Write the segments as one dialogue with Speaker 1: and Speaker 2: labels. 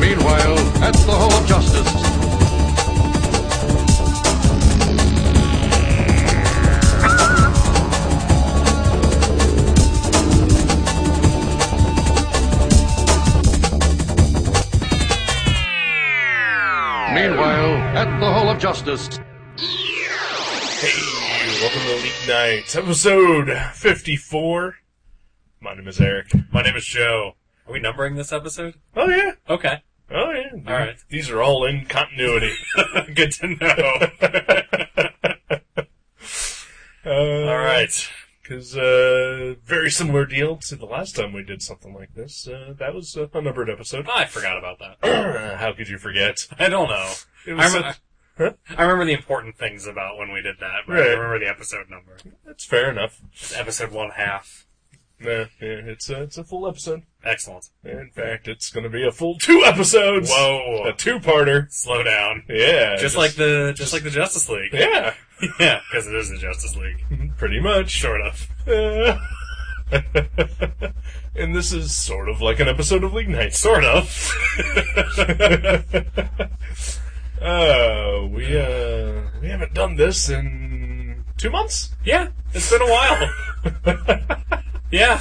Speaker 1: Meanwhile, at the Hall of Justice. Meanwhile, at the Hall of Justice.
Speaker 2: Hey, welcome to Elite Nights, episode 54. My name is Eric.
Speaker 3: My name is Joe. Are we numbering this episode?
Speaker 2: Oh yeah,
Speaker 3: Okay.
Speaker 2: oh yeah.
Speaker 3: All right.
Speaker 2: These are all in continuity.
Speaker 3: Good to know.
Speaker 2: Uh,
Speaker 3: All right.
Speaker 2: Because, uh, very similar deal to the last time we did something like this. Uh, that was a numbered episode.
Speaker 3: Oh, I forgot about that.
Speaker 2: How could you forget?
Speaker 3: I don't know.
Speaker 2: It
Speaker 3: I,
Speaker 2: was
Speaker 3: rem-
Speaker 2: such- Huh?
Speaker 3: I remember the important things about when we did that, but I
Speaker 2: Right.
Speaker 3: don't remember the episode number.
Speaker 2: That's fair enough.
Speaker 3: It's episode one half.
Speaker 2: Yeah, yeah, it's a, it's a full episode.
Speaker 3: Excellent.
Speaker 2: In fact, it's gonna be a full two episodes!
Speaker 3: Whoa.
Speaker 2: A two-parter.
Speaker 3: Slow down.
Speaker 2: Yeah.
Speaker 3: Just like the just, like the Justice League.
Speaker 2: Yeah,
Speaker 3: Yeah, Mm-hmm. because it is the Justice League.
Speaker 2: pretty much.
Speaker 3: Sort of.
Speaker 2: and this is sort of like an episode of League Night. Sort of. uh, we uh, we haven't done this in two months.
Speaker 3: Yeah, it's been a while. yeah.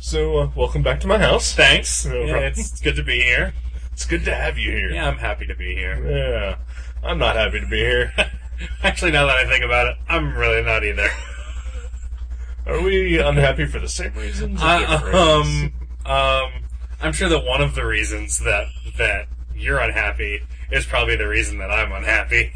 Speaker 2: So uh, welcome back to my house.
Speaker 3: Thanks.
Speaker 2: No
Speaker 3: yeah,
Speaker 2: problem.
Speaker 3: it's good to be here.
Speaker 2: It's good to have you here.
Speaker 3: Yeah, I'm happy to be here.
Speaker 2: Yeah. I'm not happy to be here.
Speaker 3: Actually, now that I think about it, I'm really not either.
Speaker 2: Are we unhappy for the same reasons? or different
Speaker 3: Uh,
Speaker 2: reasons?
Speaker 3: um, um, I'm sure that one of the reasons that that you're unhappy is probably the reason that I'm unhappy.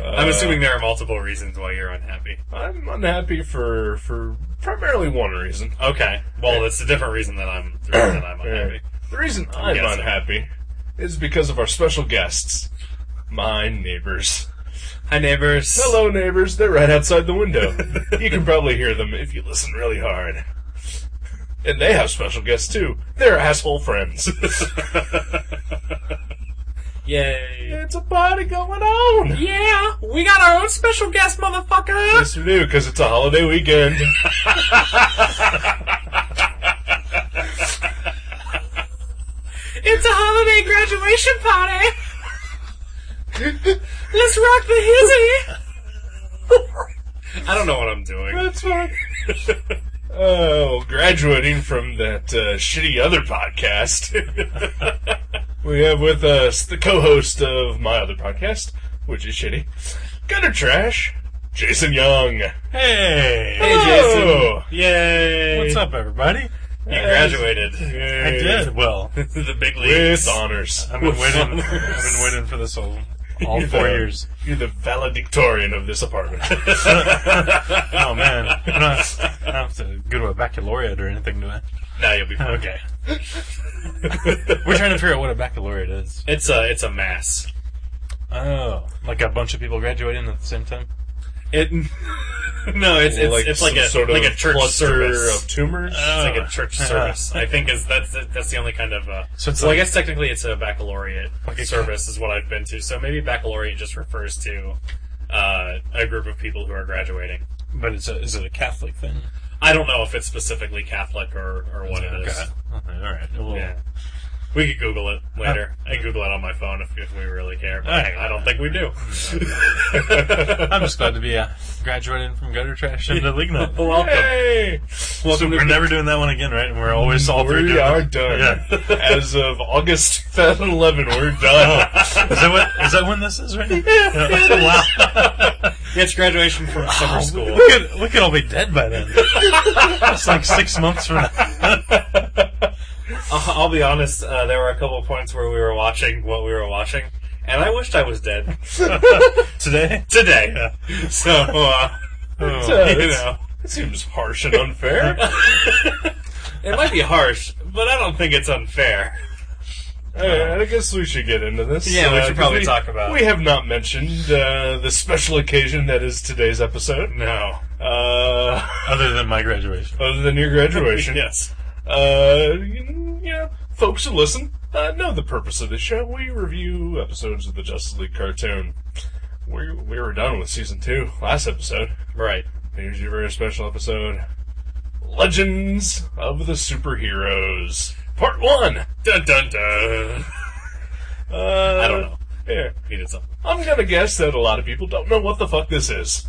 Speaker 3: I'm
Speaker 2: Uh,
Speaker 3: assuming there are multiple reasons why you're unhappy.
Speaker 2: I'm unhappy for for primarily one reason.
Speaker 3: Okay, well, it's a different reason that I'm the reason that I'm
Speaker 2: Yeah.
Speaker 3: unhappy.
Speaker 2: The reason I'm
Speaker 3: guessing.
Speaker 2: unhappy is because of our special guests, my neighbors.
Speaker 3: Hi, neighbors.
Speaker 2: Hello, neighbors. They're right outside the window. you can probably hear them if you listen really hard. And they have special guests too. They're asshole friends.
Speaker 3: Yay!
Speaker 2: it's a party going on.
Speaker 3: Yeah, we got our own special guest, motherfucker.
Speaker 2: Yes, we do, because it's a holiday weekend.
Speaker 3: It's a holiday graduation party. Let's rock the hizzy. I don't know what I'm doing.
Speaker 2: That's fine. Oh, graduating from that uh, shitty other podcast, we have with us the co-host of my other podcast, which is shitty, gutter trash, Jason Young.
Speaker 4: Hey!
Speaker 2: Hello.
Speaker 3: Yay!
Speaker 4: What's up, everybody?
Speaker 3: You graduated.
Speaker 4: I did. Well, I've
Speaker 3: the big leagues.
Speaker 2: with honors.
Speaker 4: been
Speaker 3: With
Speaker 4: waiting.
Speaker 3: honors.
Speaker 4: I've been waiting for this all, all four years.
Speaker 2: You're the valedictorian of this apartment.
Speaker 4: Oh man, I'm not, I don't have to go to a baccalaureate or anything, do I?
Speaker 3: Now you'll be fine.
Speaker 4: Okay. We're trying to figure out what a baccalaureate is.
Speaker 3: It's a it's a mass.
Speaker 4: Oh, like a bunch of people graduating at the same time.
Speaker 3: It no, it's it's like, it's like
Speaker 2: some
Speaker 3: a
Speaker 2: sort
Speaker 3: like
Speaker 2: of
Speaker 3: a church
Speaker 2: cluster
Speaker 3: service. Oh.
Speaker 2: of tumors.
Speaker 3: it's like a church service. I think is that's that's the only kind of. Uh,
Speaker 4: So it's
Speaker 3: well,
Speaker 4: like-
Speaker 3: I guess technically Uh-huh. it's a baccalaureate
Speaker 4: Like a-
Speaker 3: service is what I've been to. So maybe baccalaureate just refers to uh, a group of people who are graduating.
Speaker 4: But it's a, is it a Catholic thing?
Speaker 3: I don't know if it's specifically Catholic or or what it is.
Speaker 4: Okay. Okay, All right. Well,
Speaker 3: Yeah. We could Google it later. I can Google it on my phone if, if we really care, but
Speaker 4: Alright.
Speaker 3: I don't think we do.
Speaker 4: I'm just glad to be uh, graduating from gutter trash into Ligna.
Speaker 3: Welcome.
Speaker 2: Hey,
Speaker 4: so we're never doing that one again, right? And we're always all through
Speaker 2: we
Speaker 4: doing
Speaker 2: are
Speaker 4: it.
Speaker 2: done.
Speaker 4: Yeah.
Speaker 2: As of August 2011, we're done.
Speaker 3: Oh.
Speaker 4: Is that what? Is that when this is right now? Yeah. wow.
Speaker 3: It's graduation from
Speaker 2: Oh,
Speaker 3: summer school.
Speaker 4: Oh, We could, we could all be dead by then. It's like six months from now.
Speaker 3: I'll, I'll be honest, uh, there were a couple of points where we were watching what we were watching, and I wished I was dead
Speaker 4: Today?
Speaker 3: today. So, uh,
Speaker 2: So
Speaker 3: you
Speaker 2: it's-
Speaker 3: know,
Speaker 2: It seems harsh and unfair.
Speaker 3: it might be harsh, but I don't think it's unfair.
Speaker 2: Uh, I guess we should get into this.
Speaker 3: Yeah, we
Speaker 2: Uh,
Speaker 3: should probably
Speaker 2: 'cause
Speaker 3: talk about it.
Speaker 2: We have not mentioned uh, the special occasion that is today's episode.
Speaker 3: No.
Speaker 2: Uh,
Speaker 4: Other than my graduation.
Speaker 2: other than your graduation.
Speaker 3: Yes.
Speaker 2: Uh, you know, folks who listen uh, know the purpose of this show. We review episodes of the Justice League cartoon. We, we were done with season two last episode.
Speaker 3: Right.
Speaker 2: Here's your very special episode Legends of the Superheroes, Part 1.
Speaker 3: Dun dun dun.
Speaker 2: Uh,
Speaker 3: I don't know.
Speaker 2: Yeah.
Speaker 3: Needed something.
Speaker 2: I'm gonna guess that a lot of people don't know what the fuck this is.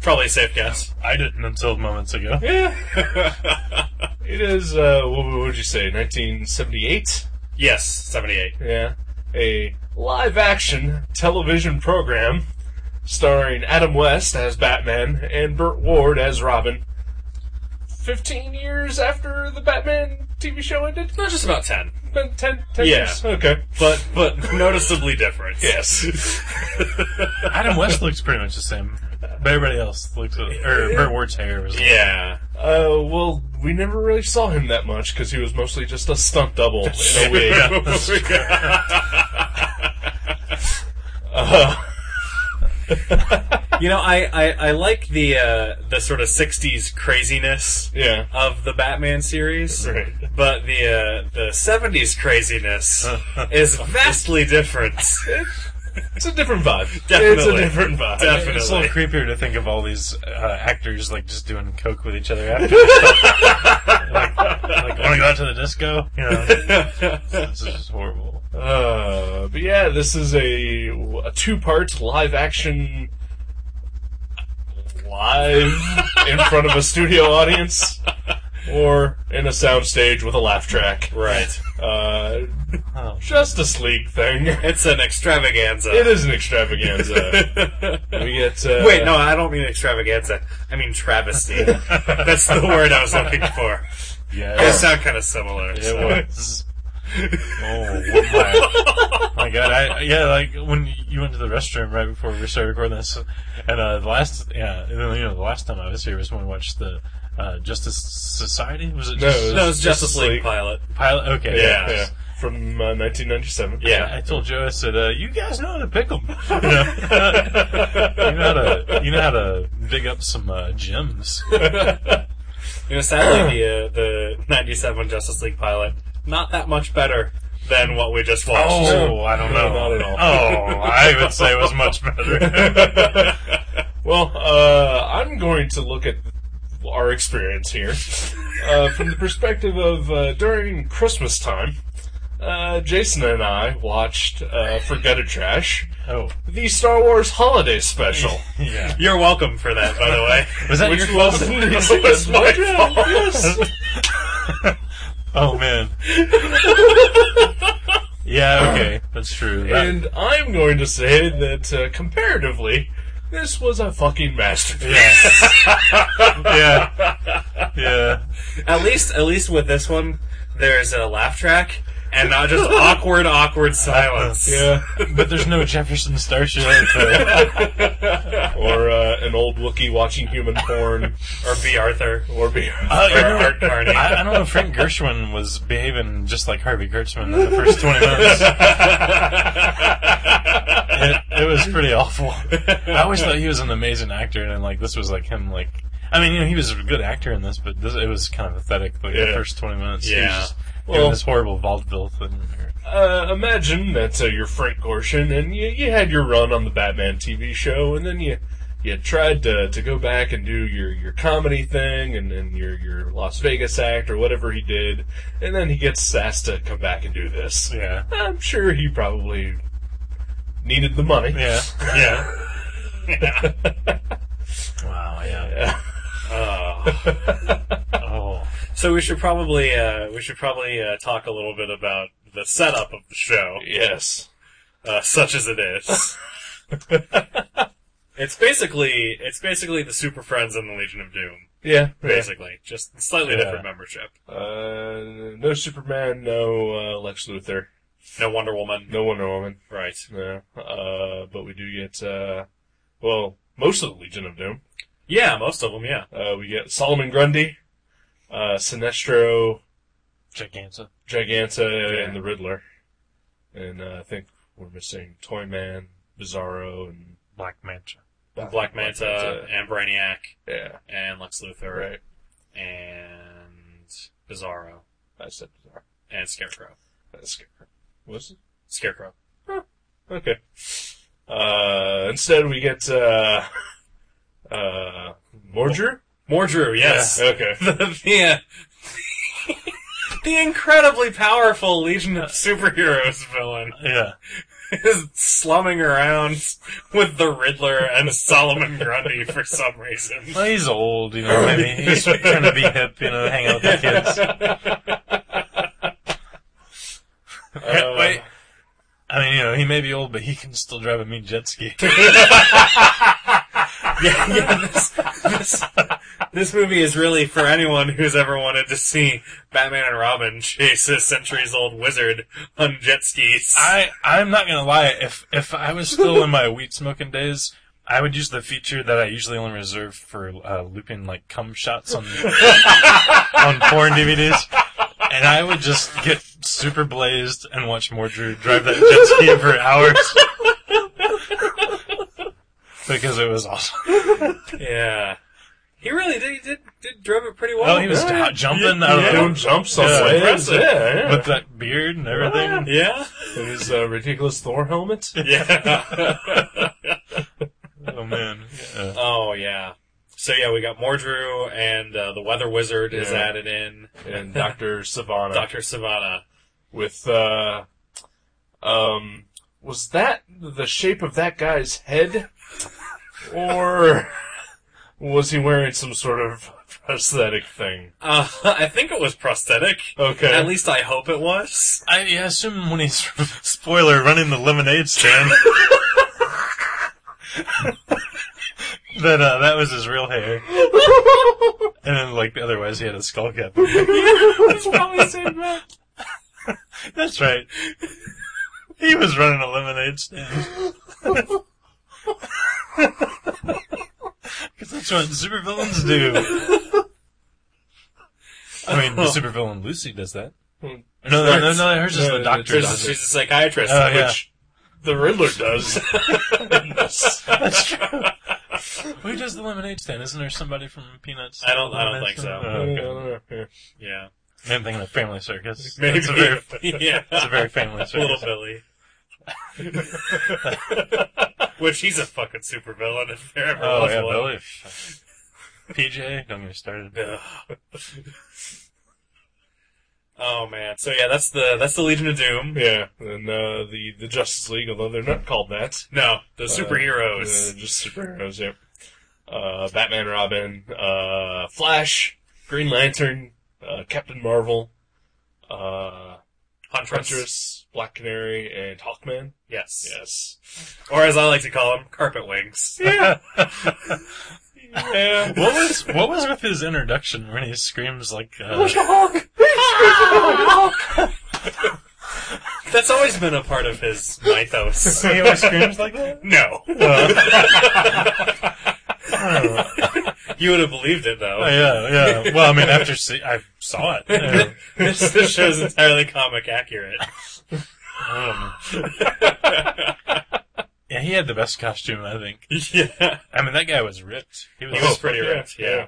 Speaker 3: Probably a safe guess.
Speaker 4: I didn't until moments ago.
Speaker 2: Yeah. it is, uh, what what would you say, 1978?
Speaker 3: Yes, 78.
Speaker 2: Yeah. A live action television program starring Adam West as Batman and Burt Ward as Robin. 15 years after the Batman TV show ended?
Speaker 3: Not just about 10,
Speaker 2: Been 10, 10
Speaker 3: Yeah.
Speaker 2: years? Okay.
Speaker 3: but but noticeably different.
Speaker 2: Yes.
Speaker 4: Adam West looks pretty much the same. But everybody else looks, or Burt Ward's hair was.
Speaker 3: Yeah.
Speaker 2: Uh, well, we never really saw him that much because he was mostly just a stunt double in a wig.
Speaker 4: Yeah, that's true.
Speaker 3: You know, I, I, I like the uh, the sort of '60s craziness
Speaker 2: Yeah.
Speaker 3: of the Batman series,
Speaker 2: Right.
Speaker 3: but the uh, the '70s craziness is vastly different.
Speaker 2: It's a different vibe. It's a
Speaker 3: Definitely.
Speaker 2: different vibe.
Speaker 3: Definitely.
Speaker 4: It's a little creepier to think of all these uh, actors like just doing coke with each other after. like, like want to go out to the disco? You know, this is just horrible.
Speaker 2: Uh, but yeah, this is a, a two-part live-action live in front of a studio audience or in a soundstage with a laugh track.
Speaker 3: right.
Speaker 2: Uh,
Speaker 4: Oh,
Speaker 2: Justice League thing.
Speaker 3: It's an extravaganza.
Speaker 2: It is an extravaganza. we get uh,
Speaker 3: Wait, no, I don't mean extravaganza. I mean travesty. That's the word I was looking for. They
Speaker 4: yes,
Speaker 3: sound kind of similar.
Speaker 4: it
Speaker 3: so.
Speaker 4: was. Oh my, my god! I yeah, like when you went to the restroom right before we started recording this, and uh, the last yeah, and then, you know the last time I was here was when we watched the uh, Justice Society. Was it?
Speaker 2: No,
Speaker 4: Justice,
Speaker 2: it
Speaker 3: No, it's Justice
Speaker 2: Justice
Speaker 3: League,
Speaker 2: League.
Speaker 3: pilot.
Speaker 4: pilot. Okay,
Speaker 2: Yeah,
Speaker 3: Yeah.
Speaker 2: yeah. From uh, 1997.
Speaker 3: Yeah.
Speaker 4: I told Joe, I said, uh, "You guys know how to pick them. You know, you know how to, you know how to dig up some uh, gems."
Speaker 2: Oh,
Speaker 3: You know, sadly, the uh, the '97 Justice League pilot not that much better than what we just watched.
Speaker 4: Oh, I don't know.
Speaker 2: not at all.
Speaker 4: Oh, I would say it was much better.
Speaker 2: Well, uh, I'm going to look at our experience here uh, from the perspective of uh, during Christmas time. Uh, Jason and I watched uh, for gutter trash
Speaker 4: oh,
Speaker 2: the Star Wars Holiday Special.
Speaker 4: yeah.
Speaker 3: You're welcome for that, by the way.
Speaker 4: Was that your
Speaker 2: was
Speaker 3: It was my fault.
Speaker 2: Yes.
Speaker 4: Oh man. yeah. Okay, that's true. That-
Speaker 2: And I'm going to say that uh, comparatively, this was a fucking masterpiece.
Speaker 4: yeah. Yeah.
Speaker 3: at least, at least with this one, there's a laugh track and not just awkward, awkward silence.
Speaker 2: Yeah.
Speaker 4: But there's no Jefferson Starship. uh,
Speaker 2: or uh, an old Wookiee watching human porn,
Speaker 3: Or B. Arthur.
Speaker 2: or beer.
Speaker 4: Uh, you
Speaker 3: Or
Speaker 4: know-
Speaker 3: Art Carney.
Speaker 4: I, I don't know. Frank Gershwin was behaving just like Harvey Kurtzman in the first 20 minutes. it, it was pretty awful. I always thought he was an amazing actor, and like this was like him. Like, I mean, you know, he was a good actor in this, but this, it was kind of pathetic. Like the
Speaker 2: Yeah.
Speaker 4: first 20 minutes, he was
Speaker 3: Yeah.
Speaker 4: just
Speaker 2: Well-
Speaker 4: doing this horrible vaudeville thing.
Speaker 2: uh, imagine that uh, you're Frank Gorshin, and you, you had your run on the Batman TV show, and then you you tried to, to go back and do your, your comedy thing, and then your your Las Vegas act or whatever he did, and then he gets asked to come back and do this.
Speaker 4: Yeah,
Speaker 2: I'm sure he probably needed the money.
Speaker 4: yeah,
Speaker 3: Yeah.
Speaker 4: wow, yeah. Oh,
Speaker 3: So we should probably uh, we should probably uh, talk a little bit about the setup of the show,
Speaker 2: Yes.
Speaker 3: uh, such as it is. it's basically it's basically the Super Friends and the Legion of Doom,
Speaker 2: Yeah. yeah.
Speaker 3: basically, just slightly
Speaker 4: Yeah.
Speaker 3: different membership.
Speaker 2: Uh, no Superman, no uh, Lex Luthor,
Speaker 3: No Wonder Woman,
Speaker 2: no Wonder Woman.
Speaker 3: right?
Speaker 2: No. Uh, but we do get, uh, well, most of the Legion of Doom.
Speaker 3: Yeah, most of them. Yeah,
Speaker 2: Uh, we get Solomon Grundy, uh, Sinestro,
Speaker 4: Giganta.
Speaker 2: Giganta,
Speaker 4: Yeah.
Speaker 2: and the Riddler. And uh, I think we're missing Toyman, Bizarro, and
Speaker 4: Black Manta.
Speaker 2: Uh,
Speaker 3: Black Manta, and Brainiac
Speaker 2: Yeah,
Speaker 3: and Lex Luthor
Speaker 2: right.
Speaker 3: and Bizarro,
Speaker 2: I said bizarre.
Speaker 3: and Scarecrow.
Speaker 2: That's scary. Was it?
Speaker 3: Scarecrow.
Speaker 2: Okay. Uh, instead we get, uh, uh, Morger?
Speaker 3: Mordru, yes.
Speaker 2: Yeah, okay.
Speaker 3: the, the, uh, the incredibly powerful Legion of Superheroes villain
Speaker 4: Yeah.
Speaker 3: is slumming around with the Riddler and Solomon Grundy for some reason.
Speaker 4: Well, he's old, you know. I mean, he's trying to be hip, you know, hang out with the kids.
Speaker 2: Uh,
Speaker 3: Wait,
Speaker 4: I mean, you know, he may be old, but he can still drive a mean jet ski.
Speaker 3: yeah, yeah, this, this, this movie is really for anyone who's ever wanted to see Batman and Robin chase a centuries-old wizard on jet skis.
Speaker 4: I I'm not gonna lie. If if I was still in my weed smoking days, I would use the feature that I usually only reserve for uh, looping like cum shots on on porn DVDs. And I would just get super blazed and watch more Drew drive that jet ski for hours. because it was awesome.
Speaker 3: yeah. He really did, he did, did drove it pretty well.
Speaker 4: Oh, he was
Speaker 2: Yeah.
Speaker 4: jumping out
Speaker 2: yeah,
Speaker 4: of
Speaker 2: don't
Speaker 4: the
Speaker 2: jump somewhere. Yeah,
Speaker 4: impressive.
Speaker 2: yeah.
Speaker 4: with that beard and everything.
Speaker 3: Yeah?
Speaker 2: With his uh, ridiculous Thor helmet.
Speaker 3: Yeah.
Speaker 4: Oh man. Yeah.
Speaker 3: oh, yeah. So, yeah, we got Mordrew and uh, the Weather Wizard is
Speaker 2: Yeah.
Speaker 3: added in.
Speaker 2: And Dr. Savannah.
Speaker 3: Dr. Savannah.
Speaker 2: with uh um was that the shape of that guy's head or was he wearing some sort of prosthetic thing
Speaker 3: Uh, I think it was prosthetic.
Speaker 2: okay
Speaker 3: At least I hope it was.
Speaker 4: I, I assume when he's spoiler running the lemonade stand that uh, that was his real hair, and then like otherwise he had a skull cap.
Speaker 2: that's probably same guy.
Speaker 4: That's right. He was running a lemonade stand. Because that's what supervillains do. I mean, the supervillain Lucy does that. No, no, no, no. Hers is
Speaker 2: Hmm. No, no,
Speaker 4: the doctor.
Speaker 2: there's-
Speaker 3: She's,
Speaker 4: does it.
Speaker 3: she's a psychiatrist.
Speaker 4: Oh, yeah.
Speaker 2: which the riddler does
Speaker 4: That's true. Who does the lemonade stand? Isn't there somebody from Peanuts?
Speaker 3: I don't- I don't
Speaker 4: Lemonade
Speaker 3: think
Speaker 4: stand?
Speaker 3: so.
Speaker 4: Oh, okay.
Speaker 3: Yeah.
Speaker 4: Same thing in the Family Circus.
Speaker 3: Maybe.
Speaker 4: It's a very,
Speaker 3: yeah.
Speaker 4: it's a very Family
Speaker 3: Little
Speaker 4: Circus.
Speaker 3: Billy. Which he's a fucking supervillain if there ever
Speaker 4: Oh
Speaker 3: was
Speaker 4: yeah,
Speaker 3: one.
Speaker 4: Billy. PJ, don't get me started.
Speaker 3: Ugh. oh man. So yeah, that's the that's the Legion of Doom.
Speaker 2: yeah and uh the the justice league although they're not called that
Speaker 3: No, the
Speaker 2: Uh,
Speaker 3: superheroes.
Speaker 2: uh, just superheroes yeah uh batman robin uh flash green lantern uh captain marvel uh
Speaker 3: Huntress.
Speaker 2: Huntress, Black Canary, and Hawkman.
Speaker 3: Yes.
Speaker 2: Yes.
Speaker 3: Or as I like to call them, carpet wings.
Speaker 2: Yeah.
Speaker 4: What was what was with his introduction when he screams like uh,
Speaker 3: That's always been a part of his mythos.
Speaker 4: he always screams like that?
Speaker 3: no.
Speaker 4: Oh
Speaker 3: You would have believed it though.
Speaker 4: yeah, yeah. Well, I mean, after see, I saw it. Yeah.
Speaker 3: this, this show's entirely comic accurate.
Speaker 4: Um, yeah, he had the best costume, I think.
Speaker 3: yeah.
Speaker 4: I mean, that guy was ripped. He was,
Speaker 3: He was pretty
Speaker 2: yeah,
Speaker 3: ripped, yeah.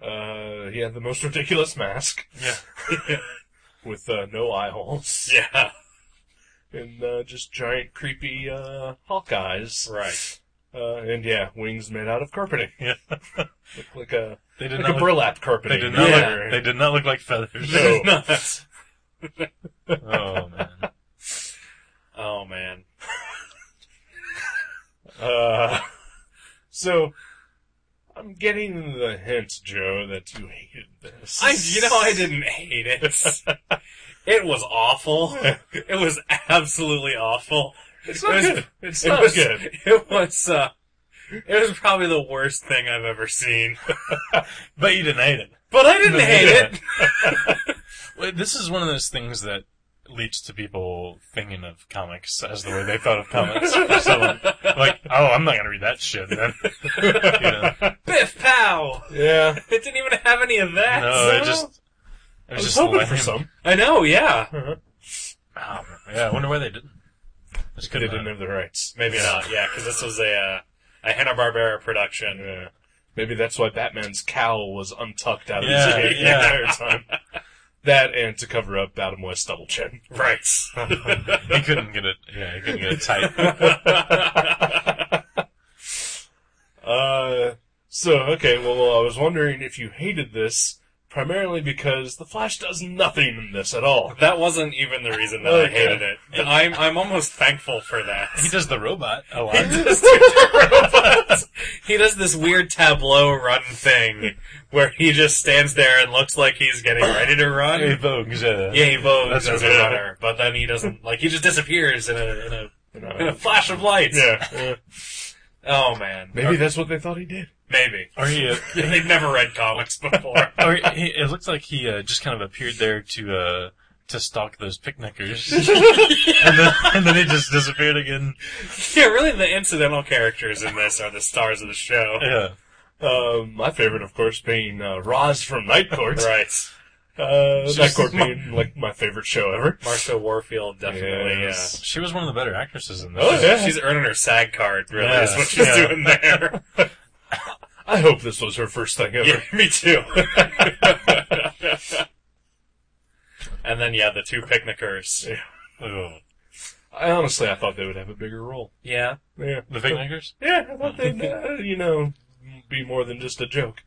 Speaker 2: yeah. Uh, he had the most ridiculous mask
Speaker 4: yeah.
Speaker 2: with uh, no eye holes
Speaker 3: Yeah.
Speaker 2: and uh, just giant, creepy uh, hawk eyes.
Speaker 3: Right.
Speaker 2: Uh, and yeah, wings made out of carpeting.
Speaker 4: Yeah.
Speaker 2: Look like a
Speaker 4: They did
Speaker 2: like
Speaker 4: not
Speaker 2: a
Speaker 4: look,
Speaker 2: burlap
Speaker 4: they
Speaker 2: carpeting.
Speaker 4: did not
Speaker 3: Yeah.
Speaker 4: look they did not look like feathers.
Speaker 2: No.
Speaker 3: Nuts.
Speaker 4: Oh man.
Speaker 3: Oh man.
Speaker 2: Uh, so. I'm getting the hint, Joe, that you hated this.
Speaker 3: I, you know, I didn't hate it. It was awful. It was absolutely awful.
Speaker 2: It's
Speaker 3: It
Speaker 2: not
Speaker 3: was-
Speaker 2: good. It's
Speaker 3: it
Speaker 2: not
Speaker 3: was
Speaker 2: good.
Speaker 3: It was. Uh, it was probably the worst thing I've ever seen.
Speaker 4: But you didn't hate it.
Speaker 3: But I didn't hate it.
Speaker 4: Well, this is one of those things that leads to people thinking of comics as the way they thought of comics. so, like, oh, I'm not gonna read that shit. Then. You know?
Speaker 3: Biff pow!
Speaker 2: Yeah.
Speaker 3: It didn't even have any of that.
Speaker 4: No, it just. It
Speaker 2: I
Speaker 4: was,
Speaker 2: was
Speaker 4: just
Speaker 2: hoping
Speaker 4: lame.
Speaker 2: for some.
Speaker 3: I know. Yeah.
Speaker 4: Oh, yeah, I wonder why they didn't. This
Speaker 2: They
Speaker 4: could
Speaker 2: didn't have the rights.
Speaker 3: Maybe not. Yeah, because this was a uh, a Hanna Barbera production.
Speaker 2: Yeah. Maybe that's why Batman's cowl was untucked out of
Speaker 4: Yeah,
Speaker 2: his cape
Speaker 4: yeah.
Speaker 2: the entire time. That and to cover up Adam West's double chin.
Speaker 3: Right.
Speaker 4: he couldn't get it. Yeah, he couldn't get it tight.
Speaker 2: Uh, so, okay, well, I was wondering if you hated this primarily because The Flash does nothing in this at all.
Speaker 3: that wasn't even the reason that I
Speaker 2: Okay.
Speaker 3: hated it. I'm I'm almost thankful for that.
Speaker 4: He does the robot a lot.
Speaker 3: He does the robots. He does this weird tableau run thing where he just stands there and looks like he's getting ready to
Speaker 4: He
Speaker 3: run.
Speaker 4: vogues, yeah.
Speaker 3: Yeah, he votes as
Speaker 4: That's
Speaker 3: a
Speaker 4: right.
Speaker 3: runner, but then he doesn't. Like he just disappears in a in a, in a flash of light.
Speaker 2: Yeah.
Speaker 3: Oh man.
Speaker 2: Maybe that's what they thought he did.
Speaker 3: Maybe.
Speaker 4: Or he, uh,
Speaker 3: They've never read comics before.
Speaker 4: or he, it looks like he uh, just kind of appeared there to uh, to stalk those picnickers, and, then, and then he just disappeared again.
Speaker 3: yeah, really. The incidental characters in this are the stars of the show.
Speaker 4: Yeah,
Speaker 2: Uh, my favorite, of course, being uh, Roz from Night Court.
Speaker 3: Right.
Speaker 2: Uh,
Speaker 3: She's
Speaker 2: Night Court
Speaker 3: my-
Speaker 2: being like my favorite show ever.
Speaker 3: Marsha Warfield definitely.
Speaker 2: Yes.
Speaker 4: she was one of the better actresses in this.
Speaker 2: Oh,
Speaker 3: Yeah.
Speaker 2: yeah.
Speaker 3: She's earning her SAG card. Really, is
Speaker 4: Yeah.
Speaker 3: what she's
Speaker 4: Yeah.
Speaker 3: doing there.
Speaker 2: I hope this was her first thing ever.
Speaker 3: Yeah, me too. and then yeah, the two picnickers.
Speaker 4: Oh.
Speaker 2: I honestly, I thought they would have a bigger role.
Speaker 3: Yeah.
Speaker 2: Yeah.
Speaker 4: The picnickers.
Speaker 2: Yeah, I thought they'd, uh, you know, be more than just a joke.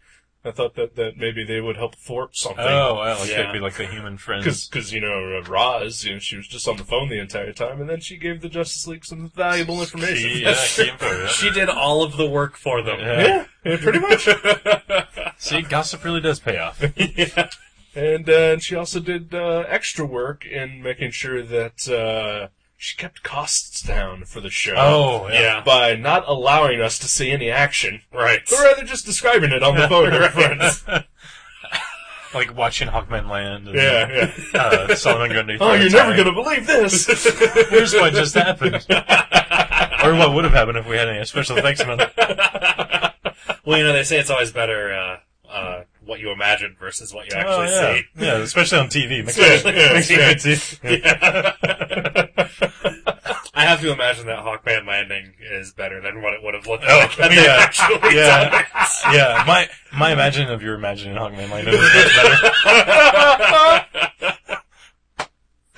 Speaker 2: I thought that, that maybe they would help thwart something.
Speaker 4: Oh, well, like
Speaker 3: Yeah.
Speaker 4: they'd be like the human
Speaker 2: Because,
Speaker 4: friends.
Speaker 2: cause, you know, uh, Roz, you know, she was just on the phone the entire time, and then she gave the Justice League some valuable information.
Speaker 4: She, yeah, she info, yeah.
Speaker 3: She did all of the work for them.
Speaker 4: Yeah.
Speaker 2: yeah, yeah, pretty much.
Speaker 4: See, gossip really does pay off.
Speaker 2: and, uh, and she also did uh, extra work in making sure that uh, she kept costs down for the show.
Speaker 4: Oh, yeah.
Speaker 3: Yeah.
Speaker 2: By not allowing us to see any action,
Speaker 3: Right.
Speaker 2: but rather just describing it on the phone to our friends.
Speaker 4: Like watching Hawkman Land. And,
Speaker 2: Yeah, yeah.
Speaker 4: Uh, Solomon Grundy.
Speaker 2: Oh, you're never
Speaker 4: retiring.
Speaker 2: gonna believe this.
Speaker 4: Here's what just happened. or what would have happened if we had any special thanks month.
Speaker 3: Well, you know they say it's always better uh, uh, what you imagine versus what you
Speaker 4: Oh,
Speaker 3: actually
Speaker 4: yeah.
Speaker 3: see.
Speaker 4: yeah, especially on TV. Makes it-
Speaker 3: Especially on
Speaker 4: makes it
Speaker 3: TV.
Speaker 4: good too.
Speaker 3: I have to imagine that Hawkman landing is better than what it would have looked
Speaker 4: Oh,
Speaker 3: like had they
Speaker 4: yeah.
Speaker 3: actually
Speaker 4: Yeah.
Speaker 3: done it.
Speaker 4: yeah, my my imagining of your imagining Hawkman Land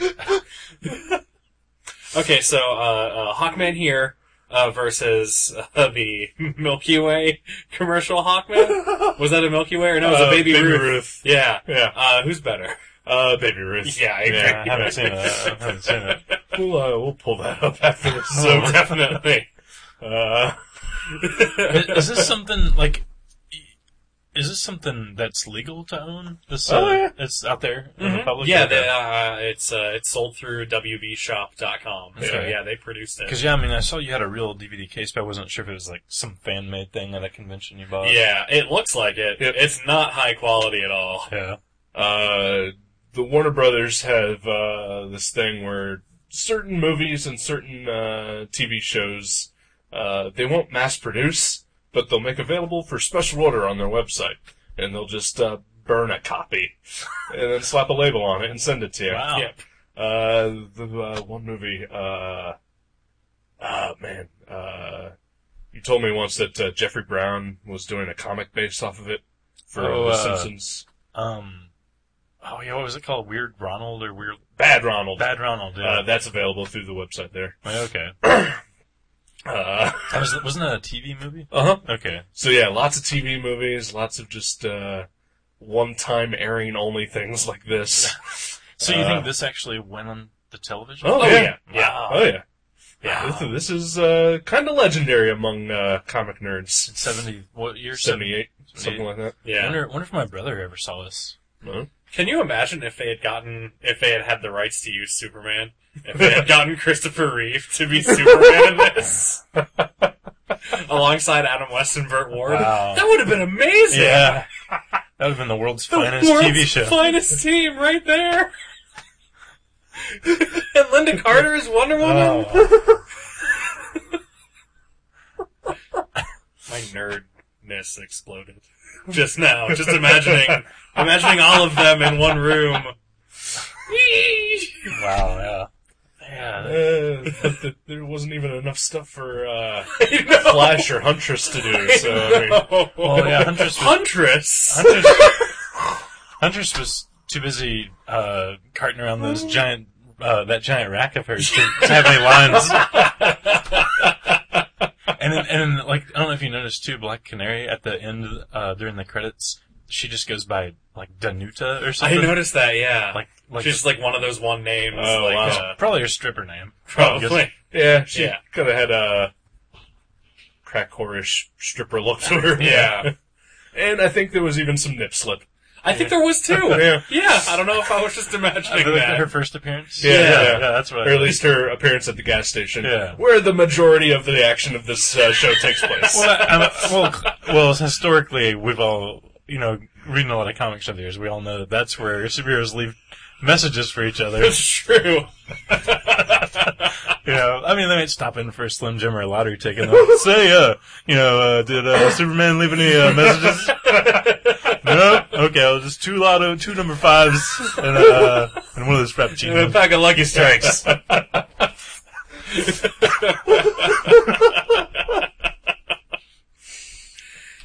Speaker 4: is much better.
Speaker 3: Okay, so uh, uh, Hawkman here uh, versus uh, the Milky Way commercial Hawkman. Was that a Milky Way or no? It was a
Speaker 2: Uh,
Speaker 3: Baby,
Speaker 2: Baby
Speaker 3: Ruth.
Speaker 2: Ruth.
Speaker 3: Yeah.
Speaker 2: Yeah.
Speaker 3: Uh, who's better?
Speaker 2: Uh, Baby Ruth.
Speaker 3: Yeah, I agree.
Speaker 4: I haven't seen it. I haven't seen it.
Speaker 2: We'll, uh, we'll pull that up after this is
Speaker 3: So
Speaker 2: over.
Speaker 3: definitely.
Speaker 2: Uh,
Speaker 4: Is, is this something like? Is this something that's legal to own? This uh,
Speaker 2: Oh, yeah.
Speaker 4: it's out there in the public.
Speaker 3: Mm-hmm. Yeah, they, uh, it's uh, it's sold through WBShop.com. So
Speaker 4: Okay.
Speaker 3: yeah, they produced it.
Speaker 4: Because yeah, I mean, I saw you had a real DVD case, but I wasn't sure if it was like some fan made thing at a convention you bought.
Speaker 3: Yeah, it looks like it.
Speaker 2: Yep.
Speaker 3: It's not high quality at all.
Speaker 4: yeah.
Speaker 2: uh, the Warner Brothers have uh, this thing where certain movies and certain uh, TV shows uh, they won't mass produce, but they'll make available for special order on their website, and they'll just uh, burn a copy and then slap a label on it and send it to you.
Speaker 4: Wow.
Speaker 3: Yep.
Speaker 2: Uh, the uh, one movie. Uh, ah, man. Uh, you told me once that uh, Jeffrey Brown was doing a comic based off of it for uh,
Speaker 4: Oh,
Speaker 2: The
Speaker 4: uh,
Speaker 2: Simpsons.
Speaker 4: Um. Oh yeah, what was it called? Weird Ronald or Weird
Speaker 2: Bad Ronald.
Speaker 4: Bad Ronald?
Speaker 2: Uh,
Speaker 4: Yeah.
Speaker 2: that's available through the website there.
Speaker 4: okay.
Speaker 2: Uh
Speaker 4: That was, wasn't that a TV movie?
Speaker 2: huh.
Speaker 4: Okay.
Speaker 2: So yeah, lots of TV movies, lots of just uh, one-time airing only things like this.
Speaker 4: So you
Speaker 2: Uh,
Speaker 4: think this actually went on the television?
Speaker 2: Oh,
Speaker 3: Oh
Speaker 2: yeah.
Speaker 3: yeah. Yeah.
Speaker 2: Oh yeah,
Speaker 3: Yeah.
Speaker 2: This, this is uh, kind of legendary among uh, comic nerds.
Speaker 4: Seventy. What year?
Speaker 2: 78, something like that.
Speaker 4: I
Speaker 3: Yeah.
Speaker 4: wonder, wonder if my brother ever saw this.
Speaker 2: No?
Speaker 3: Can you imagine if they had gotten if they had had the rights to use Superman? If they had gotten Christopher Reeve to be Superman in this, alongside Adam West and Burt Ward,
Speaker 4: Wow.
Speaker 3: that would have been amazing.
Speaker 4: Yeah. that would have been the world's
Speaker 3: The
Speaker 4: finest
Speaker 3: world's
Speaker 4: TV show.
Speaker 3: finest team right there. and Linda Carter is Wonder Woman. My nerdness exploded just now. Just imagining, imagining all of them in one room.
Speaker 4: wow. Yeah. Yeah.
Speaker 2: Uh, but th- there wasn't even enough stuff for uh,
Speaker 3: You know?
Speaker 2: Flash or Huntress to do. So I mean,
Speaker 4: Well, yeah. Huntress was,
Speaker 3: Oh, Huntress.
Speaker 4: Huntress, Huntress was too busy uh, carting around those
Speaker 2: Mm.
Speaker 4: giant uh, that giant rack of hers to, to have any lines. and then, and then, like I don't know if you noticed too, Black Canary at the end uh, during the credits, she just goes by like Danuta or
Speaker 3: I
Speaker 4: something.
Speaker 3: noticed that. Yeah,
Speaker 4: Like, like
Speaker 3: she's like one of those one names.
Speaker 2: Oh,
Speaker 3: like,
Speaker 2: wow.
Speaker 3: uh,
Speaker 4: probably her stripper name.
Speaker 3: probably.
Speaker 2: Yeah, she
Speaker 3: Yeah.
Speaker 2: could have had a crack whorish stripper look to her.
Speaker 3: Yeah.
Speaker 2: and I think there was even some nip slip.
Speaker 3: I think there was too.
Speaker 2: Yeah.
Speaker 3: yeah. I don't know if I was just imagining
Speaker 4: Her-
Speaker 3: that.
Speaker 4: her first appearance.
Speaker 2: Yeah, yeah.
Speaker 4: that's what.
Speaker 2: Or
Speaker 4: I
Speaker 2: at least her appearance at the gas station,
Speaker 4: Yeah.
Speaker 2: where the majority of the action of this uh, show takes place.
Speaker 4: well, I- I'm- well, cl- well, historically, we've all, you know, reading a lot of comics over the years, we all know that that's where superheroes leave messages for each other.
Speaker 2: it's true.
Speaker 4: You know, I mean, they might stop in for a Slim Jim or a lottery ticket and they'll say, uh, you know, uh, did uh, Superman leave any uh, messages? no? Okay, well, just two lotto, two number fives, and, uh, and one of those frappuccinos.
Speaker 3: pack of Lucky Strikes.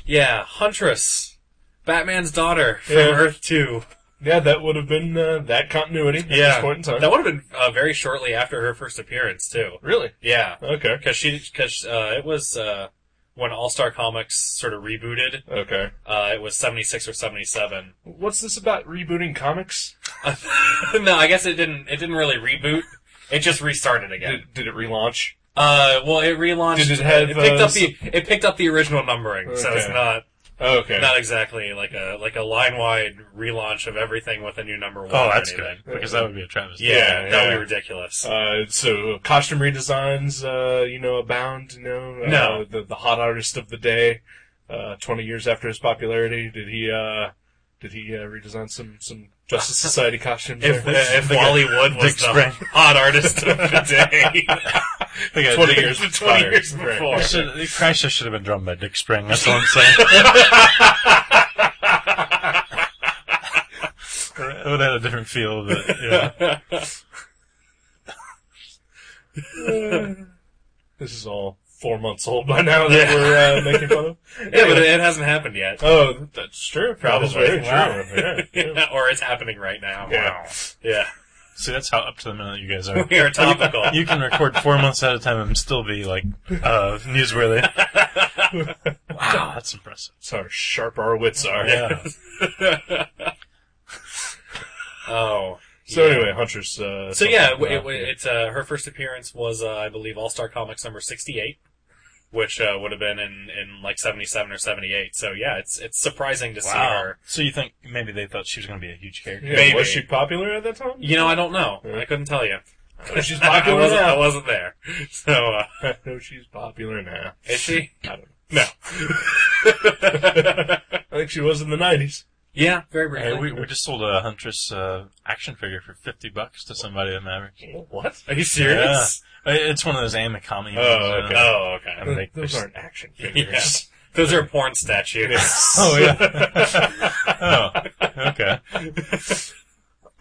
Speaker 3: yeah, Huntress, Batman's daughter from
Speaker 2: Yeah.
Speaker 3: Earth Two.
Speaker 2: Yeah, that would have been uh, that continuity at
Speaker 3: Yeah,
Speaker 2: this point in time.
Speaker 3: that would have been uh, very shortly after her first appearance too.
Speaker 2: really?
Speaker 3: Yeah,
Speaker 2: Okay.
Speaker 3: because she because uh, it was uh, when All Star Comics sort of rebooted.
Speaker 2: Okay.
Speaker 3: Uh, it was seventy six or seventy seven.
Speaker 2: What's this about rebooting comics?
Speaker 3: no, I guess it didn't. It didn't really reboot. It just restarted again.
Speaker 2: Did, did it relaunch?
Speaker 3: Uh, well, it relaunched.
Speaker 2: Did it have,
Speaker 3: picked
Speaker 2: uh,
Speaker 3: up the it picked up the original numbering, so it's
Speaker 2: Okay.
Speaker 3: not
Speaker 2: oh, Okay.
Speaker 3: not exactly like a like a line wide relaunch of everything with a new number one.
Speaker 4: Oh,
Speaker 3: or
Speaker 4: that's
Speaker 3: anything.
Speaker 4: good. Because that would be a travesty.
Speaker 3: Yeah,
Speaker 2: Yeah,
Speaker 3: that
Speaker 2: yeah.
Speaker 3: would be ridiculous.
Speaker 2: Uh, so costume redesigns, uh, you know, abound. You know, uh,
Speaker 3: No.
Speaker 2: the the hot artist of the day. Uh, Twenty years after his popularity, did he uh, did he uh, redesign some some Justice Society costumes?
Speaker 3: if
Speaker 2: there?
Speaker 3: if Wally Wood was
Speaker 4: Dick
Speaker 3: the
Speaker 4: Sprang.
Speaker 3: hot artist of the day,
Speaker 4: Okay,
Speaker 2: Twenty years,
Speaker 3: twenty
Speaker 2: prior.
Speaker 3: years
Speaker 2: Right.
Speaker 3: before.
Speaker 4: I should, Chrysler should have been drawn by Dick Spring. That's all I'm saying. it would have had a different feel, but yeah.
Speaker 2: This is all four months old by now that we're uh, making fun of.
Speaker 3: yeah, but it hasn't happened yet.
Speaker 2: Oh, that's true. Probably
Speaker 3: Probably.
Speaker 2: very
Speaker 3: Wow.
Speaker 2: true. Yeah.
Speaker 3: or it's happening right now.
Speaker 2: Yeah.
Speaker 3: Yeah.
Speaker 4: See, that's how up to the minute you guys are.
Speaker 3: We are topical.
Speaker 4: You can record four months at a time and still be like uh, newsworthy. wow, that's impressive.
Speaker 2: That's how sharp our wits are.
Speaker 4: Yeah,
Speaker 3: oh.
Speaker 2: So
Speaker 3: yeah.
Speaker 2: anyway, Huntress. Uh,
Speaker 3: So yeah, it,
Speaker 2: something
Speaker 3: it,
Speaker 2: about-
Speaker 3: it's uh, her first appearance was uh, I believe All Star Comics number sixty eight, which uh, would have been in, in like seventy seven or seventy eight. So yeah, it's it's surprising to see
Speaker 4: wow.
Speaker 3: her.
Speaker 4: So you think maybe they thought she was going to be a huge character?
Speaker 2: yeah,
Speaker 3: maybe.
Speaker 2: was she popular at that time?
Speaker 3: You know, I don't know.
Speaker 2: Yeah.
Speaker 3: I couldn't tell you.
Speaker 2: She's
Speaker 3: I
Speaker 2: popular
Speaker 3: wasn't, I
Speaker 2: now.
Speaker 3: wasn't there. So uh,
Speaker 2: I know she's popular now.
Speaker 3: is she?
Speaker 2: I don't
Speaker 3: No.
Speaker 2: I think she was in the nineties.
Speaker 3: yeah, very
Speaker 4: Hey,
Speaker 3: briefly.
Speaker 4: we, we just sold a Huntress uh, action figure for fifty bucks to somebody at Maverick.
Speaker 2: What?
Speaker 3: Are you serious?
Speaker 4: Uh, It's one of those
Speaker 2: Oh,
Speaker 4: amikami. ones, uh,
Speaker 2: okay.
Speaker 3: Oh,
Speaker 4: I
Speaker 3: okay.
Speaker 4: mean, they-
Speaker 2: Those
Speaker 4: they-
Speaker 2: aren't action figures.
Speaker 3: Those are porn statues.
Speaker 4: Oh yeah. oh, okay.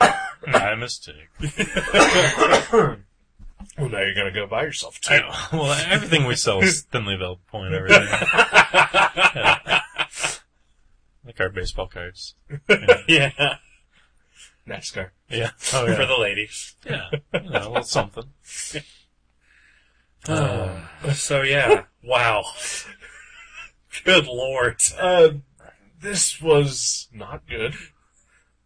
Speaker 4: I mistake.
Speaker 2: Well, now you're gonna go buy yourself two.
Speaker 4: I, well, everything we sell is thinly veiled point. Everything. Yeah. Like our baseball cards.
Speaker 3: yeah.
Speaker 2: NASCAR.
Speaker 4: Oh, Yeah. Oh
Speaker 3: For
Speaker 4: yeah.
Speaker 3: the ladies.
Speaker 4: yeah. You know, a little something. Uh.
Speaker 3: So yeah. Wow. Good lord.
Speaker 2: Uh, this was not good,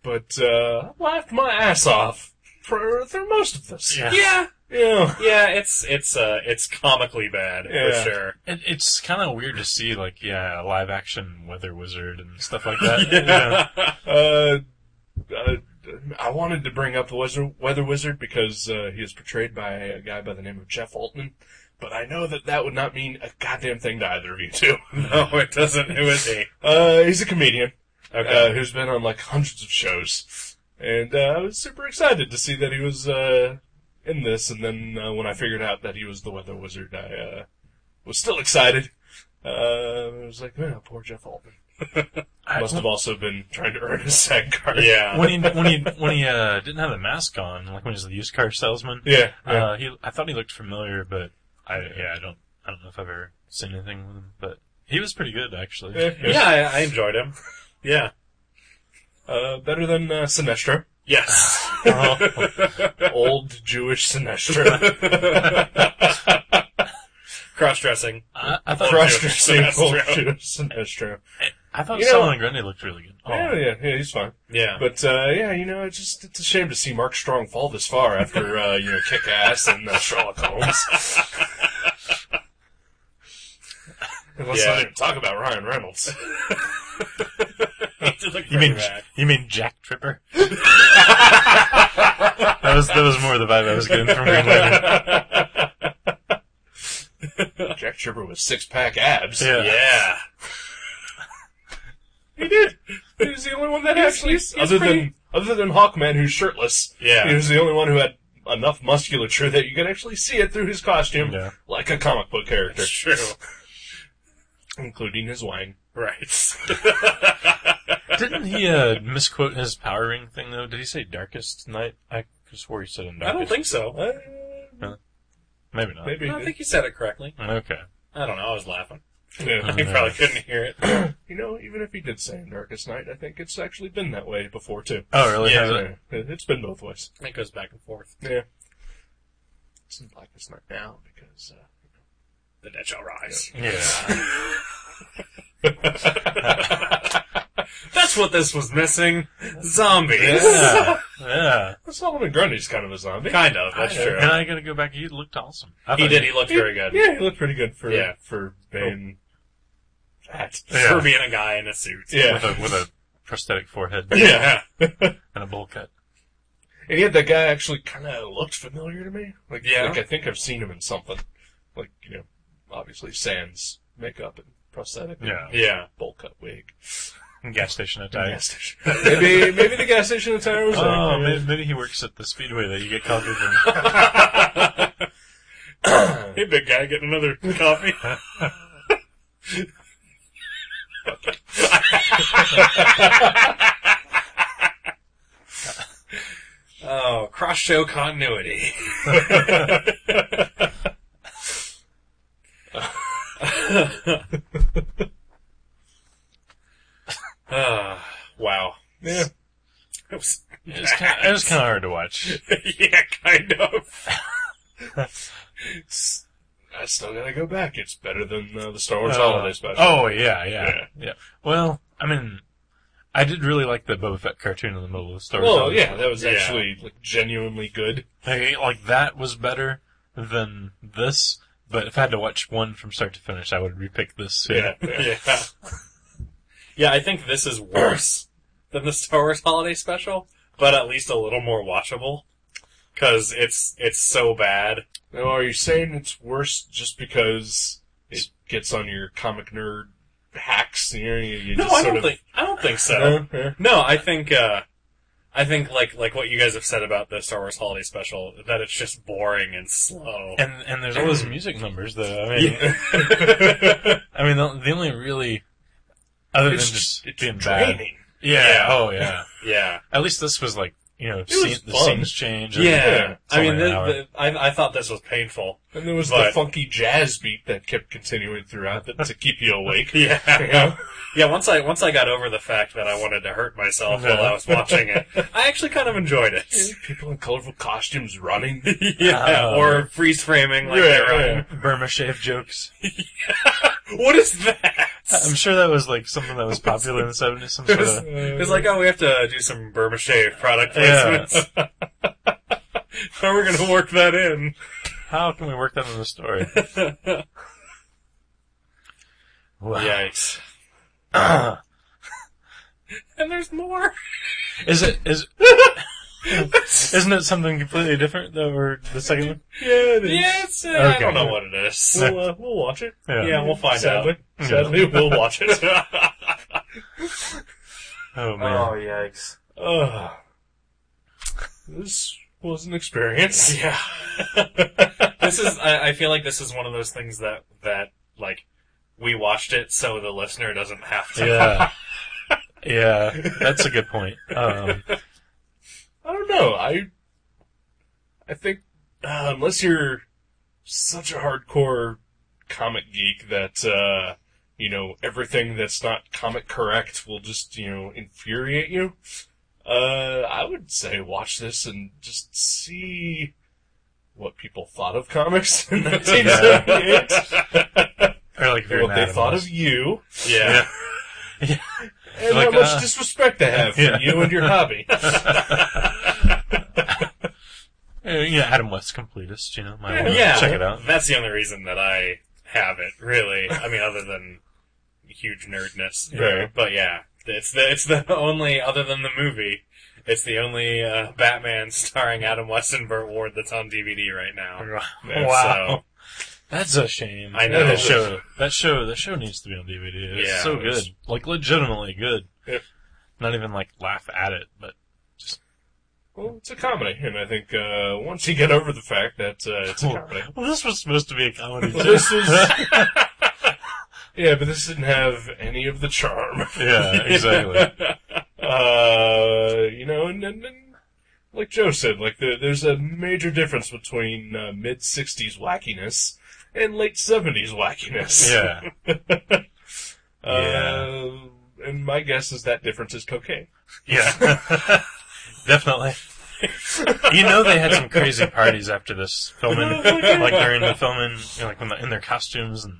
Speaker 2: but uh, I laughed my ass off for through most of this.
Speaker 4: Yeah.
Speaker 3: Yeah,
Speaker 2: Yeah.
Speaker 3: yeah, it's it's uh it's comically bad
Speaker 2: Yeah.
Speaker 3: for sure.
Speaker 4: It, it's kind of weird to see, like, yeah, live action weather wizard and stuff like that.
Speaker 2: Uh, uh, I wanted to bring up the Wizard, Weather Wizard because uh, he is portrayed by a guy by the name of Jeff Altman, but I know that that would not mean a goddamn thing to either of you two.
Speaker 3: No, Oh, it doesn't. Who is he?
Speaker 2: Uh, he's a comedian uh,
Speaker 3: Okay.
Speaker 2: who's been on like hundreds of shows, and uh, I was super excited to see that he was uh, in this. And then uh, when I figured out that he was the Weather Wizard, I uh, was still excited. Uh, I was like, oh, poor Jeff Altman.
Speaker 4: I-
Speaker 2: Must have also been trying to earn his SAG card.
Speaker 3: yeah.
Speaker 4: when he when he when he uh, didn't have the mask on, like when he was the used car salesman.
Speaker 2: Yeah. yeah.
Speaker 4: Uh, he I thought he looked familiar, but I yeah I don't I don't know if I've ever seen anything with him, but he was pretty good actually.
Speaker 2: Yeah.
Speaker 3: yeah, I, I enjoyed him. Yeah.
Speaker 2: Uh, better than uh, Sinestro.
Speaker 3: Yes.
Speaker 4: Uh-huh.
Speaker 2: Old Jewish Sinestro.
Speaker 3: Cross dressing.
Speaker 4: I, I thought
Speaker 2: Cross-dressing
Speaker 3: Jewish
Speaker 2: old
Speaker 3: Sinestro.
Speaker 2: Jewish Sinestro.
Speaker 4: I thought
Speaker 2: You know-
Speaker 4: Solomon Grundy looked really good. Oh,
Speaker 2: Yeah, yeah, yeah, he's fine.
Speaker 3: Yeah.
Speaker 2: But uh, yeah, you know, it's just it's a shame to see Mark Strong fall this far after uh, you know Kick Ass and uh, Sherlock Holmes. And Let's
Speaker 3: Yeah.
Speaker 2: not even talk about Ryan Reynolds.
Speaker 4: you mean you mean Jack Tripper? that was that was more the vibe I was getting from Green Lantern.
Speaker 2: Jack Tripper with six pack abs.
Speaker 4: Yeah.
Speaker 3: Yeah.
Speaker 2: He did. He was the only one that actually,
Speaker 3: he's- he's
Speaker 2: other
Speaker 3: pretty-
Speaker 2: than other than Hawkman, who's shirtless.
Speaker 3: Yeah.
Speaker 2: he was the only one who had enough musculature that you could actually see it through his costume,
Speaker 4: Yeah.
Speaker 2: like a comic book character,
Speaker 3: That's true.
Speaker 2: including his wang.
Speaker 3: Right.
Speaker 4: Didn't he uh, misquote his power ring thing though? Did he say darkest night? I swore he said in
Speaker 3: I
Speaker 4: darkest.
Speaker 3: don't think so.
Speaker 2: Uh,
Speaker 4: Maybe not.
Speaker 2: maybe.
Speaker 3: I don't think you said it correctly.
Speaker 4: Okay.
Speaker 3: I don't know. I was laughing.
Speaker 4: Oh,
Speaker 2: Yeah.
Speaker 3: You probably couldn't hear it.
Speaker 2: You know, even if he did say in Darkest Night, I think it's actually been that way before too.
Speaker 4: Oh really?
Speaker 3: Yeah.
Speaker 4: How's it-
Speaker 2: Yeah, It's been both ways.
Speaker 3: It goes back and forth.
Speaker 2: Yeah. It's in Blackest Night now because uh,
Speaker 3: The dead shall rise.
Speaker 4: yeah.
Speaker 3: That's what this was missing. Zombies.
Speaker 4: Yeah. yeah.
Speaker 2: Solomon Grundy's kind of a zombie.
Speaker 3: Kind of. That's true.
Speaker 4: And I gotta go back. He looked awesome. I
Speaker 3: He
Speaker 4: thought
Speaker 3: did. He looked very good.
Speaker 2: Yeah, he looked pretty good for
Speaker 3: Yeah. Oh.
Speaker 2: for Bane. That.
Speaker 4: Yeah.
Speaker 3: For being a guy in a suit.
Speaker 2: Yeah.
Speaker 4: With a, with a prosthetic forehead
Speaker 3: Yeah.
Speaker 4: and a bowl cut.
Speaker 2: And yet that guy actually kind of looked familiar to me. Like,
Speaker 3: Yeah.
Speaker 2: like I think I've seen him in something. Like, you know, obviously Sans makeup and prosthetic and
Speaker 4: Yeah.
Speaker 3: Yeah.
Speaker 2: bowl cut wig.
Speaker 4: Gas station attire.
Speaker 2: Gas station. maybe maybe the gas station attire was there.
Speaker 4: Oh, maybe, maybe he works at the speedway that you get coffee from.
Speaker 3: Hey, big guy, getting another coffee. oh, cross show continuity. Ah, wow.
Speaker 2: Yeah.
Speaker 3: It was,
Speaker 4: It was kind of, it was kind of hard to watch.
Speaker 3: yeah, kind of.
Speaker 2: I still gotta go back. It's better than uh, the Star Wars
Speaker 4: Uh,
Speaker 2: Holiday Special.
Speaker 4: oh yeah, yeah,
Speaker 2: Yeah.
Speaker 4: yeah, Well, I mean, I did really like the Boba Fett cartoon in the middle of the story.
Speaker 2: well, yeah, that was
Speaker 3: Yeah.
Speaker 2: actually like genuinely good.
Speaker 4: Like, like, that was better than this. But if I had to watch one from start to finish, I would repick this. Yeah.
Speaker 3: Yeah. Yeah, I think this is worse than the Star Wars Holiday Special, but at least a little more watchable. Cause it's, it's so bad.
Speaker 2: Now, are you saying it's worse just because it gets on your comic nerd hacks? You know, you, you
Speaker 3: No,
Speaker 2: just
Speaker 3: I
Speaker 2: sort
Speaker 3: don't
Speaker 2: of
Speaker 3: think, I don't think so.
Speaker 2: No, yeah.
Speaker 3: No, I think, uh, I think like, like what you guys have said about the Star Wars Holiday Special, that it's just boring and slow.
Speaker 4: And and there's all those music numbers though. I mean, I mean the, the only really other
Speaker 2: It's
Speaker 4: than just
Speaker 2: just- it's
Speaker 4: being bad.
Speaker 2: draining.
Speaker 4: Yeah.
Speaker 3: Yeah.
Speaker 4: Oh yeah.
Speaker 3: yeah.
Speaker 4: At least this was like you know
Speaker 2: was
Speaker 4: scene, the
Speaker 2: fun.
Speaker 4: scenes change. and-
Speaker 3: Yeah.
Speaker 4: It's
Speaker 3: I
Speaker 4: only
Speaker 3: mean,
Speaker 4: an
Speaker 3: the,
Speaker 4: hour.
Speaker 3: the, I, I thought this was painful.
Speaker 2: And there was the
Speaker 3: But-
Speaker 2: funky jazz beat that kept continuing throughout that, to keep you awake.
Speaker 3: Yeah.
Speaker 2: You know?
Speaker 3: Yeah, once I once I got over the fact that I wanted to hurt myself while I was watching it, I actually kind of enjoyed it.
Speaker 2: People in colorful costumes running.
Speaker 3: yeah,
Speaker 4: Oh.
Speaker 3: or freeze framing like
Speaker 2: Yeah,
Speaker 3: they're
Speaker 2: yeah.
Speaker 4: Burma Shave jokes.
Speaker 3: What is that?
Speaker 4: I'm sure that was like something that was popular in the 70s. Some sort of
Speaker 3: It's like, oh, we have to do some Burma Shave product
Speaker 4: Yeah.
Speaker 3: placements. How are we going to work that in?
Speaker 4: how can we work that in the story? Wow.
Speaker 3: Yikes! and there's more.
Speaker 4: Is it is? isn't it something completely different though, or the second one?
Speaker 2: yeah, it is.
Speaker 3: Yes, uh, I
Speaker 4: Okay.
Speaker 3: don't know what it is.
Speaker 2: We'll, uh, we'll watch it.
Speaker 3: Yeah, we'll find
Speaker 2: Sadly,
Speaker 3: out.
Speaker 2: sadly, we'll watch it.
Speaker 4: Oh man.
Speaker 3: yikes!
Speaker 2: Ugh. this was an experience.
Speaker 3: Yeah. this is I, I feel like this is one of those things that that like we watched it so the listener doesn't have to
Speaker 4: Yeah. Yeah, that's a good point. Um,
Speaker 2: I don't know. I I think uh, unless you're such a hardcore comic geek that uh, you know, everything that's not comic correct will just, you know, infuriate you. Uh, I would say watch this and just see what people thought of comics in 1978.
Speaker 4: Or like if
Speaker 2: or
Speaker 4: you're
Speaker 2: what they
Speaker 4: mad at
Speaker 2: thought
Speaker 4: us.
Speaker 2: of you.
Speaker 3: Yeah.
Speaker 2: And
Speaker 4: Like,
Speaker 2: how much
Speaker 4: uh,
Speaker 2: disrespect they have for
Speaker 4: yeah.
Speaker 2: you and your hobby.
Speaker 4: Uh, yeah, Adam West completist, you know. Might wanna
Speaker 3: Yeah,
Speaker 4: check it out.
Speaker 3: That's the only reason that I have it, really. I mean, other than huge nerdness.
Speaker 2: Right.
Speaker 3: But yeah, it's the it's the only other than the movie. It's the only uh, Batman starring Adam West and Burt Ward that's on DVD right now.
Speaker 4: Wow, that's a shame.
Speaker 3: I know.
Speaker 4: that show. That show. That show needs to be on DVD. It's
Speaker 3: Yeah,
Speaker 4: so
Speaker 3: it's-
Speaker 4: good, like legitimately good.
Speaker 2: Yep.
Speaker 4: Not even like laugh at it, but
Speaker 2: Well, it's a comedy, and I think uh, once you get over the fact that uh, it's a comedy.
Speaker 4: well, this was supposed to be a comedy.
Speaker 2: Well,
Speaker 4: too.
Speaker 2: this was- Yeah, but this didn't have any of the charm.
Speaker 4: yeah, exactly.
Speaker 2: uh, you know, and, and, and like Joe said, like there, there's a major difference between uh, mid '60s wackiness and late '70s wackiness.
Speaker 4: Yeah,
Speaker 2: Uh, and my guess is that difference is cocaine.
Speaker 4: yeah, definitely. You know they had some crazy parties after this filming, like during the filming, you know, like when the, in their costumes and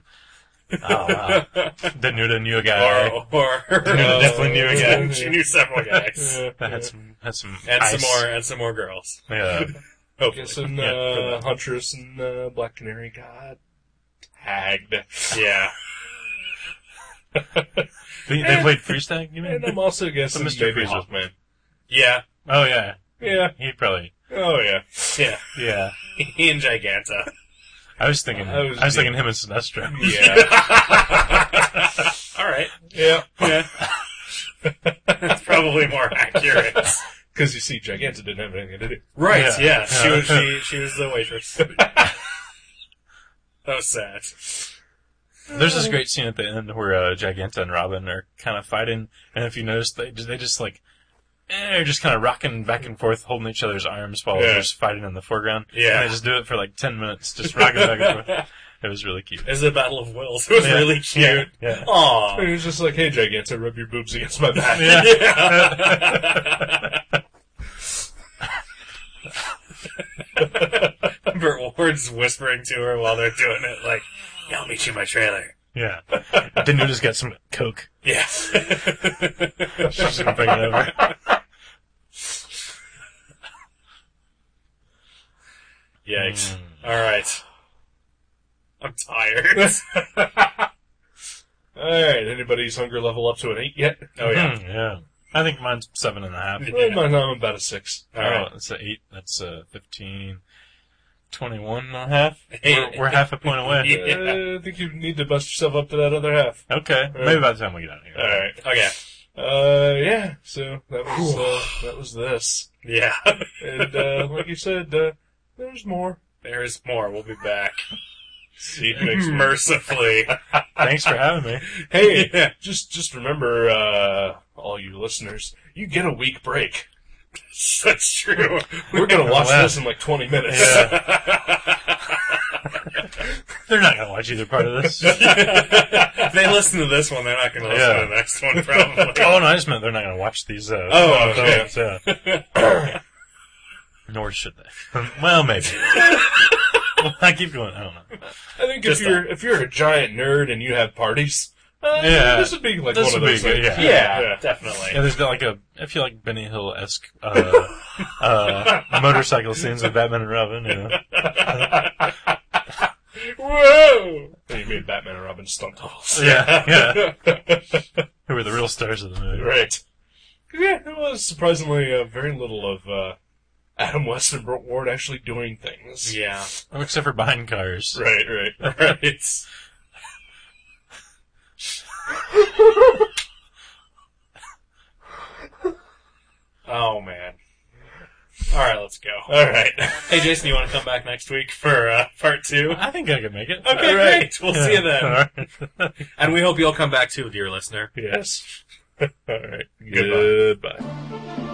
Speaker 4: oh, wow. Danuta knew a guy.
Speaker 3: Or, or
Speaker 4: Danuta definitely knew a guy.
Speaker 2: Oh.
Speaker 3: she knew several guys.
Speaker 2: Uh,
Speaker 4: That had some had some
Speaker 3: And
Speaker 4: ice.
Speaker 3: some more and some more girls.
Speaker 4: Yeah,
Speaker 3: Hopefully.
Speaker 2: Guessing
Speaker 4: Yeah, good
Speaker 2: uh,
Speaker 4: luck.
Speaker 2: Huntress and uh, Black Canary got tagged.
Speaker 3: Yeah.
Speaker 4: they, they played freestyle. You mean?
Speaker 2: And I'm also guessing
Speaker 4: Mr.
Speaker 2: Mr. maybe
Speaker 4: Freeze.
Speaker 2: Hawkman.
Speaker 3: Yeah.
Speaker 4: Oh yeah,
Speaker 2: Yeah.
Speaker 4: he probably.
Speaker 2: Oh yeah.
Speaker 3: Yeah.
Speaker 4: Yeah,
Speaker 3: He and Giganta.
Speaker 4: I was thinking.
Speaker 2: I
Speaker 4: I
Speaker 2: was-
Speaker 4: was, thinking him and Sinestro.
Speaker 2: Yeah.
Speaker 3: All right.
Speaker 2: yeah.
Speaker 3: Yeah. That's probably more accurate.
Speaker 2: Because you see, Giganta didn't have anything to do.
Speaker 3: Right. Yeah.
Speaker 4: Yeah.
Speaker 3: She
Speaker 4: Yeah.
Speaker 3: was she she was the waitress. that was sad.
Speaker 4: There's this great scene at the end where uh, Giganta and Robin are kind of fighting, and if you notice, they they just like eh, they're just kind of rocking back and forth, holding each other's arms while
Speaker 2: Yeah.
Speaker 4: they're just fighting in the foreground.
Speaker 3: Yeah.
Speaker 4: and they just do it for like ten minutes, just rocking back and forth. It was really cute.
Speaker 3: It was a battle of wills. It was
Speaker 4: Yeah.
Speaker 3: really cute.
Speaker 4: Yeah. Yeah.
Speaker 2: And
Speaker 3: Aww.
Speaker 2: he was just like, hey, Giganta, rub your boobs against my back.
Speaker 4: Yeah.
Speaker 3: Burt Ward's whispering to her while they're doing it, like, "Yeah, "I'll meet you in my trailer."
Speaker 4: Yeah, Danuta's got some coke.
Speaker 3: Yeah.
Speaker 4: She's gonna bring it over.
Speaker 3: Yikes. All right. I'm tired.
Speaker 2: Alright, anybody's hunger level up to an 8 yet?
Speaker 3: Oh yeah.
Speaker 4: Hmm, yeah. I think mine's seven and a half.
Speaker 2: Well, mine, I'm about a 6.
Speaker 3: All right.
Speaker 4: Oh, that's an 8. That's uh, 15. 21 and a half.
Speaker 3: Hey.
Speaker 4: We're, we're half a point away.
Speaker 3: Yeah.
Speaker 2: Uh, I think you need to bust yourself up to that other half.
Speaker 4: Okay. Maybe by the time we get out of here.
Speaker 2: Alright.
Speaker 3: Okay.
Speaker 2: Uh, yeah, so that was, uh, that was this.
Speaker 3: Yeah.
Speaker 2: And, uh, like you said, uh, there's more.
Speaker 3: There is more. We'll be back.
Speaker 2: See you next week.
Speaker 3: Mercifully.
Speaker 4: Thanks for having me.
Speaker 2: Hey, just, just remember, uh, all you listeners, you get a week break.
Speaker 3: That's true.
Speaker 2: We're gonna watch
Speaker 4: Wow.
Speaker 2: this in like 20 minutes.
Speaker 4: Yeah. They're not going to watch either part of this. oh,
Speaker 3: if they listen to this one, they're not going to listen
Speaker 4: Yeah.
Speaker 3: to the next one, probably.
Speaker 4: Oh, no, I just meant they're not going to watch these. Uh,
Speaker 3: Oh, okay.
Speaker 4: films, yeah. Nor should they. well, maybe. I keep going. I don't know.
Speaker 2: I think
Speaker 3: Just
Speaker 2: if you're if you're a giant nerd and you have parties, uh,
Speaker 4: Yeah.
Speaker 2: this would be like
Speaker 4: This
Speaker 2: one of
Speaker 4: would be
Speaker 2: those.
Speaker 4: good,
Speaker 2: things.
Speaker 4: yeah.
Speaker 3: yeah,
Speaker 2: yeah.
Speaker 4: Yeah,
Speaker 3: definitely.
Speaker 4: there's like a, I feel like Benny Hill esque uh, uh, motorcycle scenes with Batman and Robin. You know?
Speaker 2: Whoa! And you made Batman and Robin stunt doubles.
Speaker 4: Yeah, yeah. Who were the real stars of the movie?
Speaker 2: Right. Yeah, there was surprisingly uh, very little of uh, Adam West and Burt Ward actually doing things.
Speaker 3: Yeah.
Speaker 4: Oh, Except for behind cars.
Speaker 2: Right, right.
Speaker 3: Right. oh, man. All right, let's go.
Speaker 2: All right.
Speaker 3: Hey, Jason, you want to come back next week for uh, part two?
Speaker 4: I think I could make it.
Speaker 3: Okay,
Speaker 2: All right.
Speaker 3: great. We'll see you then.
Speaker 4: All right.
Speaker 3: And we hope you'll come back too, dear listener.
Speaker 2: Yes. All right.
Speaker 4: Goodbye.
Speaker 2: Goodbye.